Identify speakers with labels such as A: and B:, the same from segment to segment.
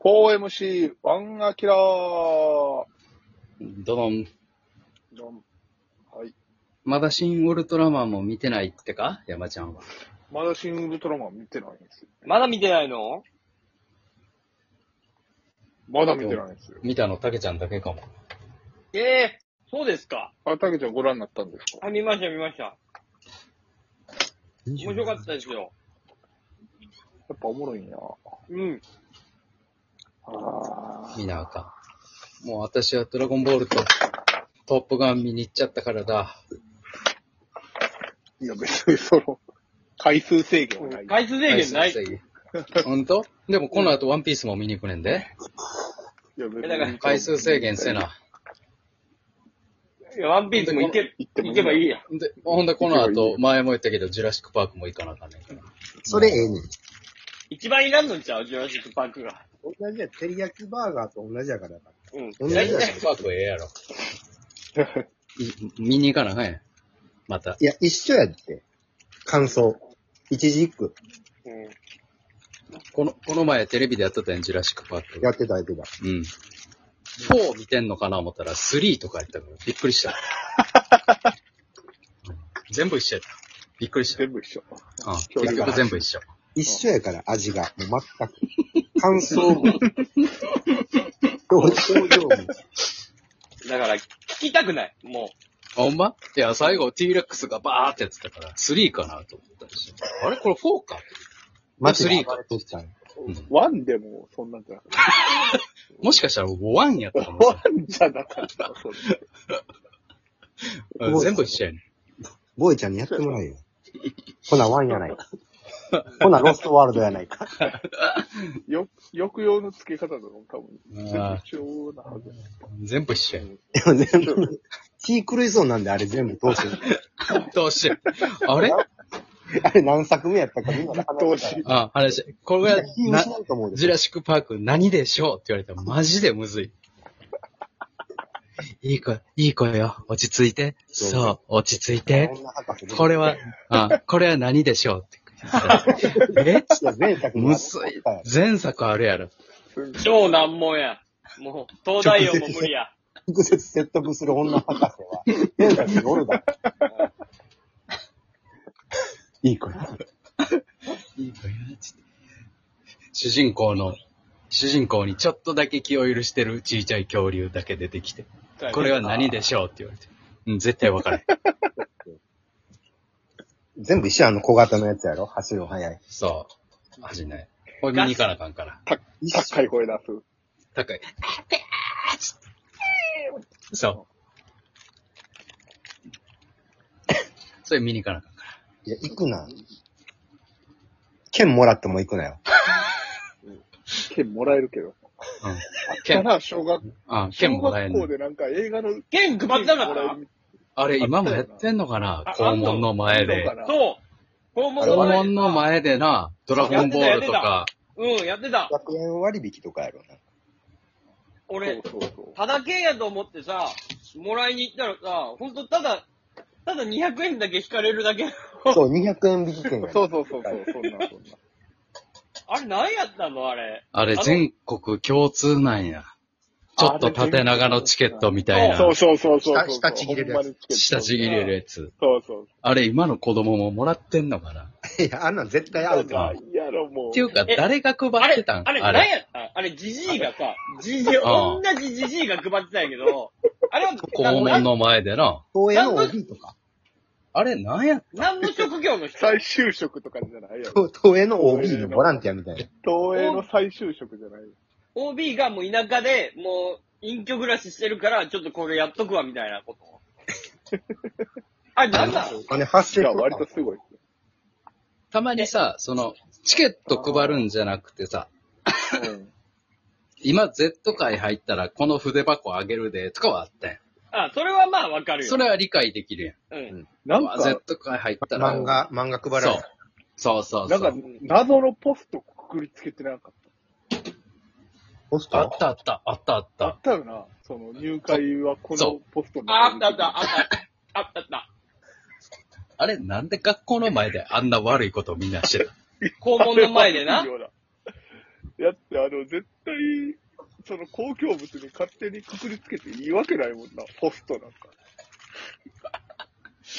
A: 4MC、ワンアキラー。ど
B: どどん。
A: んはい。
B: まだ新ウルトラマンも見てないってか山ちゃんは。
A: まだシン・ウルトラマン見てないんですよ。
C: まだ見てないの
A: まだ見てないんですよ。
B: 見たの、たけちゃんだけかも。
C: ええそうですか。
A: あ、たけちゃんご覧になったんですか
C: あ、見ました、見ました。面白かったですよ。
A: やっぱおもろいんや。
C: うん。
A: あ
B: 見なあかん。もう私はドラゴンボールとトップガン見に行っちゃったからだ。
A: ーいや、別にその、回数制限はない。
C: 回数制限ない。
B: はい。制限ほんとでもこの後ワンピースも見に行くねんで。
A: いや、別
C: だから
B: 回数制限せ。な。
C: いやワンピースも行け、
A: 行ってもいい
C: 行けばいいや。
B: ほんで、ほんでこの後、前も言ったけど、ジュラシックパークも行かなあかんねんから。
D: それええねん。
C: 一番いらんのちゃうジュラシックパークが。
D: 同じや、照り焼きバーガーと同じやからな。
C: うん。
D: 同
B: ジ
D: じや
B: ュラシックパークええ やろ。い見に行かなあかんやん。また。
D: いや、一緒やって。感想。一時一句。
C: うん
B: この、この前テレビでやっとったやん、ジュラシックパーク。
D: やってたやってた。
B: うん。4見てんのかな思ったら、3とかやったから、びっくり した。全部一緒やった。びっくりした。
A: 全部一緒。
B: あ結局全部一緒。
D: 一緒やから、味が。もう全く。感 想も。表情も。
C: だから、聞きたくない。も
B: あほんまいや、最後 T レックスがバーってやってたから、3かなと思ったりして。あれこれ4か、
D: マジ
B: スリ
D: で
B: ー
D: 暴れとったん
B: うん、
A: ワンでも、そんなんじゃなかっ
B: もしかしたら1やったかも
A: た。ワンじゃなかった。それ
B: しれんうん全部一緒やねん。
D: ボーイちゃんにやってもらえよ。ほな、ワンやないか。ほな、ロストワールドやないか。
A: よ、抑揚の付け方とかも多分、全部一緒なはず。
B: 全部一緒やね
D: でも全部、気狂いそうなんで、あれ全部通して。
B: ん。どうしよう。あれ
D: あれ何作目やったかみんなで
A: ど
D: 話
A: う
D: し
A: した
D: ら。
B: あ、話。これが
D: 気、
B: な
D: 失、うと思うで
B: ジュラシックパーク何でしょうって言われたらマジでむずい。いい子、いい子よ。落ち着いて。そう、落ち着いて。
D: 女博士で
B: これは、あ、これは何でしょうって言ったら。え
D: いや前作
B: むずい。前作あるやろ。
C: う、超難問や。もう、東大王も無理 や。
D: 直接説得する女博士は、前作におるだろ。いい子や。
B: いい子よ。主人公の、主人公にちょっとだけ気を許してるちいちゃい恐竜だけ出てきて。これは何でしょうって言われて。うん、絶対分からへん。
D: 全部石あの小型のやつやろ走る速い。
B: そう。恥じない。これ見に行かなあかんから。
A: 高い声出す。
B: 高い。そう。それ見に行かなあかんから。
D: いや、行くな。剣もらっても行くなよ。
A: 券もらえるけど。
B: うん。
A: た
B: 剣、
A: だ、小学、
B: あ、剣
A: 小
B: もらえ
A: 学校
B: んの。
A: でなんか映画の
C: 剣配った
A: も
C: から
A: え
C: ら
A: るみ
B: あれ、今もやってんのかな
C: あ
B: 校門の前
A: あん
B: で
A: のか。な
C: そう。肛門
B: 校
C: の前
B: 門の前でな、ドラゴンボールとか、
C: うん、やってた。
D: 100円割引とかやろな。
C: 俺、
A: そうそうそう。
C: ただ券やと思ってさ、もらいに行ったらさ、ほんとただ、ただ200円だけ引かれるだけ。
D: そう、200円引き券や
A: そ
D: ろ。
A: うそうそうそう、そんな、そんな。
C: あれ何やったのあれ。
B: あれ
C: あの
B: 全国共通なんや。ちょっと縦長のチケットみたいな
A: そ、うそうそうそうそう。
D: 下下ちぎれるや
A: ほ
D: つ
A: んまにつけて
B: 下ちぎれるやつ。
A: そうそう。
B: あれ、今の子供ももらってんのかなっ
D: いや、あんなん絶対アウト
B: あ
D: や。
A: いやろ、もう。
B: ていうか、
C: え
B: 誰が配
C: あ
B: って
C: れ、
B: たん
C: あれ何やったあれ、ジジイがさ、ジジイ、
B: あ
C: 同じジジイが配ってたんやけ ど、あれは、
B: 校門の前でな。
D: 東映の OB とか。
B: あれ、なんや
C: 何の職業の人
A: 再就職とかじゃないやろ。
D: 東東映の OB のボランティアみたいな。
A: 東映の再就職じゃないよ。
C: ?OB がもう田舎で、もう、隠居暮らししてるから、ちょっとこれやっとくわ、みたいなこと。あれ、なん だ
D: お金発
A: い
D: 生
A: や、
D: とか
A: 割とすごい。
B: たまにさ、その、チケット配るんじゃなくてさ、
A: うん。
B: 今 Z 会入ったらこの筆箱あげるで、とかはあったや
C: あ、それはまあわか
B: ん。
C: るよ。
B: それは理解できるやん。
C: うん。
A: な
B: うんわ
A: か、
B: Z 会入ったら、
D: 漫画、漫画配ら
B: そ
D: れ
B: う
D: た。。
B: そうそうそ
A: な
B: う。
A: んか、謎のポストくくりつけてなかっ。
D: ポス
B: あっ
D: ト
B: たあった、あったあった
A: あ
B: た
A: っ。たよな。その、入会はこの
B: そ
A: ポストに
C: あ、あったあった、あった、あったあった。
B: あれ、なんで学校の前であんな悪いことをみんなしてた
C: 校門の前でな。
A: やってで、あの、絶対、その公共物に勝手にくくりつけていいわけないもんな、ポストなん か。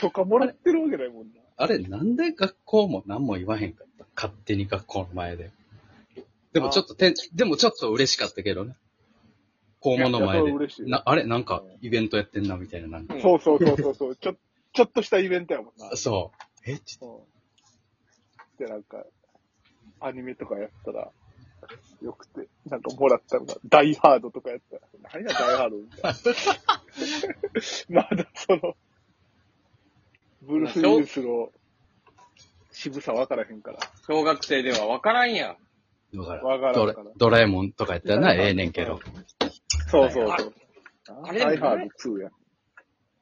A: 許可もらってるわけないもんな。
B: あれ、なんで学校も何も言わへんかった勝手に学校の前で。でもちょっとてん、でもちょっと嬉しかったけどね。校門の
A: いや
B: 前で
A: それは嬉し。い
B: なあれ、なんかイベントやってんな、みたいな。なんか
C: うん
A: そうそうそうそうそう、ちょ、ちょっとしたイベントやもんな。
B: そう。えち
A: うん。で、なんか、アニメとかやったら、よくて、なんかもらったのが、ダイハードとかやったら、何がダイハードみたい な。まだその、ブルース・ウィルスの渋さわからへんから。
C: 小学生では分からんやん。
B: だから
A: わからん
B: ド
A: わ
B: ラ
A: からん、
B: ドラえもんとかやったらな、ええねんけど。
A: そうそうそう。
C: あれ
A: ダイハード2や。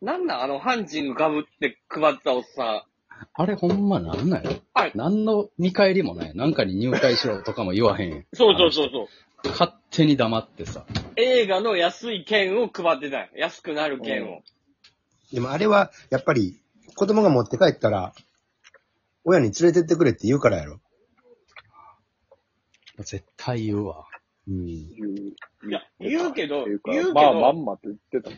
C: なんなんあのハンチングかぶって配ったおっさ
B: あれほんまなんなんや
C: あれ
B: 何の見返りもない。なんかに入会しろとかも言わへんやん
C: ん。。そうそうそうそう。
B: 勝手に黙ってさ。
C: 映画の安い券を配ってたんや安くなる券を。
D: でもあれは、やっぱり、子供が持って帰ったら、親に連れてってくれって言うからやろ。
B: 絶対言うわ。
D: うん。
A: 言う。
C: いや言うけど
A: っていか
C: 言うけど
A: まあ、まんまって言ってた。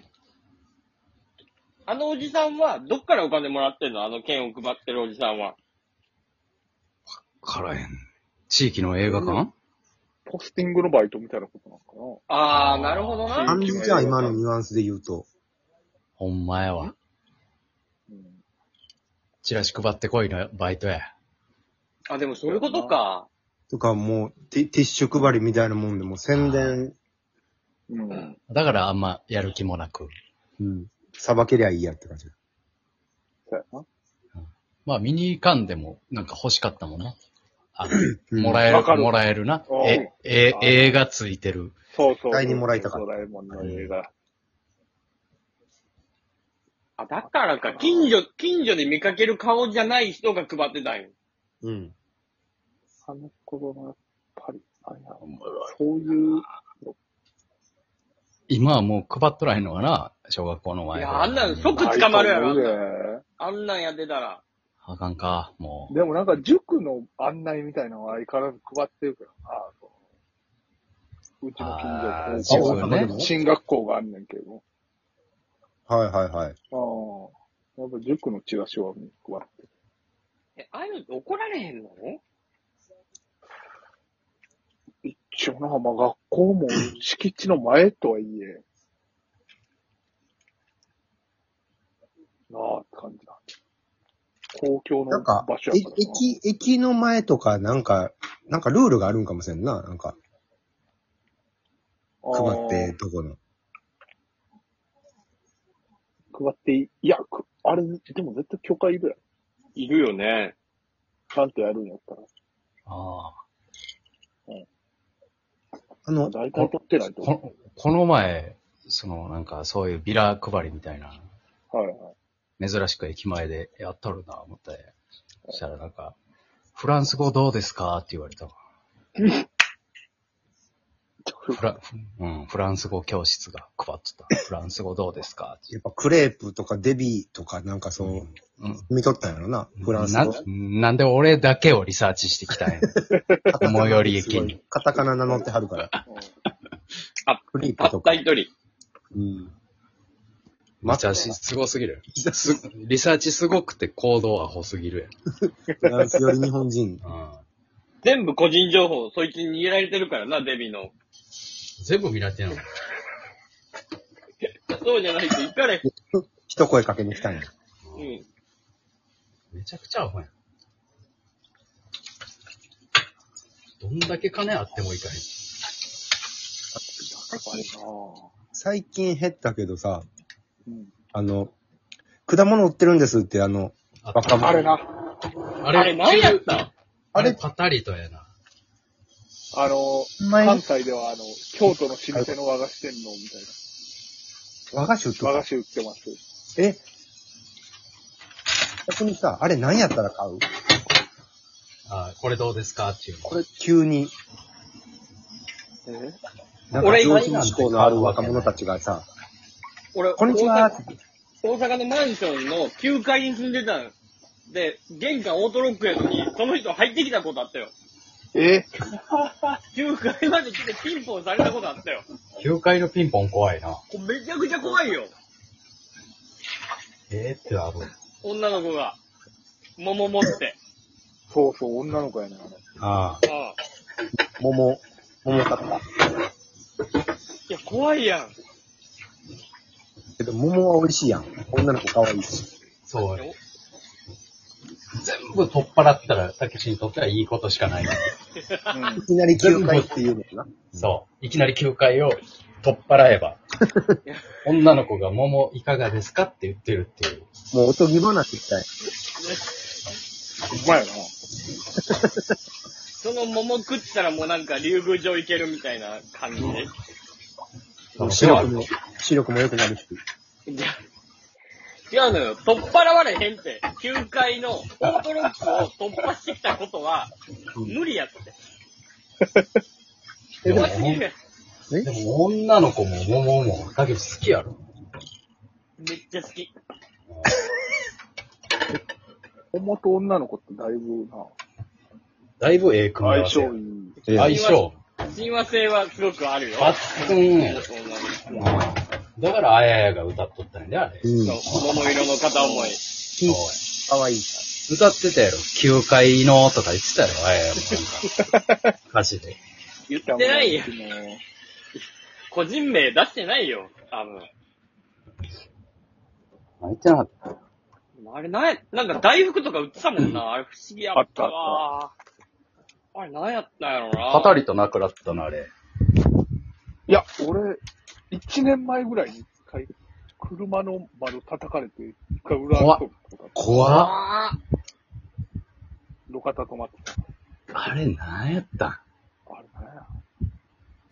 C: あのおじさんは、どっからお金もらってんのあの券を配ってるおじさんは。
B: からへん。地域の映画館
A: ポスティングのバイトみたいなことなの
C: あー、なるほどな。
D: 感じじゃん、今のニュアンスで言うと。
B: ほんまやわ。
A: かな。うん
B: チラシ配ってこいのバイトや。
C: あ、でもそういうことか。
D: とかもう、テティッシュ配りみたいなもんで、もう宣伝、
A: うん。
B: だからあんまやる気もなく。
D: うん。さばけりゃいいやって感じ。
A: そうやな。
B: まあ見に行かんでもなんか欲しかったもんな。あ
D: うん
B: もらえ
A: わか
B: る、
A: る
B: もらえるな
A: う。ん
B: え、え
A: あ、ー
B: 映画ついてる。
A: そうそう。
D: 第二もらいたかった
A: ドラえもんの映画。
C: あ、だからか。近所、近所で見かける顔じゃない人が配ってたんよ。
D: うん。
A: あの頃のやっぱり、あれやそういう、
B: 今はもう配っとらへんのかな小学校の前
C: い
B: で
C: やあんなん即捕まるやろ
A: あれ
C: あんなんやってたら。
B: あかんか、もう。
A: でもなんか塾の案内みたいなのは相変わらず配ってるからな、そううちの
B: あー
A: 近所
D: 塾
A: の高校
D: ね
A: 進学校があんねんけど。
D: はいはい
A: ああ。や
D: はい。
A: っぱ塾のチラシは配ってる。
C: え、ああいうのって怒られへんの
A: 一応な、まあ学校も敷地の前とはいえ、なあって感じだ。公共
D: な
A: の
D: んか
A: 場所、
D: え
A: やからな。
D: 駅、駅の前とか、なんか、なんかルールがあるんかもしれんな。なんか、
A: あー
D: 配ってとこの。
A: 配っていい。いや、くあれ、でも絶対許可いるやん。
C: いるよね。
A: ちゃんとやるんやったら。
B: ああ
D: あの、
A: 大体取ってないと
B: こ
A: 思
B: のこの前、そのなんかそういうビラ配りみたいな、
A: う。はいはい。
B: 珍しく駅前でやっとるな、思って。そしたらなんか、フランス語どうですかって言われたわ。フラ、うん、フランス語教室が配っとった。フランス語どうですかって。
D: やっぱクレープとかデビーとか、なんかそう、
B: うん
D: 見とったんやろな。フランス
B: な
D: 語。。
B: なんで俺だけをリサーチしてきたんや。
D: 最
B: 最寄り駅に。
D: カタカナ名乗ってはるから。
C: あ、
D: クリー
C: た
D: プと
C: っ
D: か。
C: た一人。
D: うん。
B: リサーチすごすぎるやん。すリサーチすごくて行動アホすぎる
D: フランスより日本人。
B: やん。うん
C: 全部個人情報、そいつに握られてるからな、デビの。
B: 全部見られてんの
C: そうじゃないと行かれへん。
D: 一声かけに来たんや。
C: うん。
B: めちゃくちゃアホやん。どんだけ金あってもいかへん。
A: あれなぁ。
D: 最近減ったけどさ、
A: うん
D: あの、果物売ってるんですって、あの、若者。
A: あれな。
B: あ
C: あれ、何やった
B: あ
D: あ
B: れ
D: れ
B: パタリとやな。
A: あの、
D: 前
A: 関西ではあの、京都の老舗の和菓子店のみたい
D: 和菓子売って
A: な。和
D: る
A: 菓。子売ってます。
D: え逆にさ、あれ何やったら買う
B: あこれどうですかっていうの。
D: これ急に、
A: え
D: なんか
C: 俺以
D: 上
C: 外
D: 品志向のある若者たちがさ、
C: 俺、
D: こんにちは
C: 大阪大阪のマンションの9階 に住んでたんで、玄関オートロックやのに、その人入ってきたことあったよ。
A: え
C: 9階まで来てピンポンされたことあったよ。
B: 9階のピンポン怖いな。
C: これめちゃくちゃ怖いよ。
B: えー、ってなる。
C: 女の子が。桃持って。
A: そうそう、女の子やねん、あれ。
B: ああ。
C: ああ。
D: 桃、桃買った。
C: いや、怖いやん。
D: けど、桃は美味しいやん。女の子可愛いし。
B: そう。全部取っ払ったら、たけしにとってはいいことしかない。
A: うん
D: いきなり9回っていうのかな。
B: そう。いきなり9階を取っ払え ば、女の子が桃いかがですかって言ってるっていう。
D: もうおとぎ話したい。
A: うまいよな。
C: その桃食ったらもうなんか竜宮城行けるみたいな感じ。
B: そう
D: 視力も、視力も良くなるし。
C: いや違うのよ。取っ払われへんって。9階のオートロックを突破してきたことは、無理やっ
B: で
C: て。
B: も
C: 怖すぎるやん
B: でも女の子も桃も、たけし好きやろ。
C: めっちゃ好き。
A: 桃と女の子ってだいぶな、
B: だいぶええ組み合
A: 相
B: わせや
A: 性い。い。
D: ええ
B: 相性。
C: 親和性はすごくあるよ。
B: 抜群や
C: そんなに
B: だから、あややが歌っとったんやで、あれ。
D: うん。
C: そう桃色の片思い。
B: そうや
D: 可愛い。
B: 歌ってたやろ。9階のとか言ってたやろ、あややもなんか。歌詞で。
C: 言ってないよ。
A: ね
C: 個人名出してないよ。多分。
B: 泣いてなかった。
C: あれなんや、なんか大福とか売ってたもんな。あれ不思議やったわ。あれなんやったんやろな。
B: パタリとなくなったな、あれ。
A: いや、俺、一年前ぐらいに一回、車の窓叩かれて、一回裏
B: 怖っ
A: 取るとか、
B: 怖っ。
C: あー
A: 路肩止まってた。
B: あれ、なんやったん
A: あれね。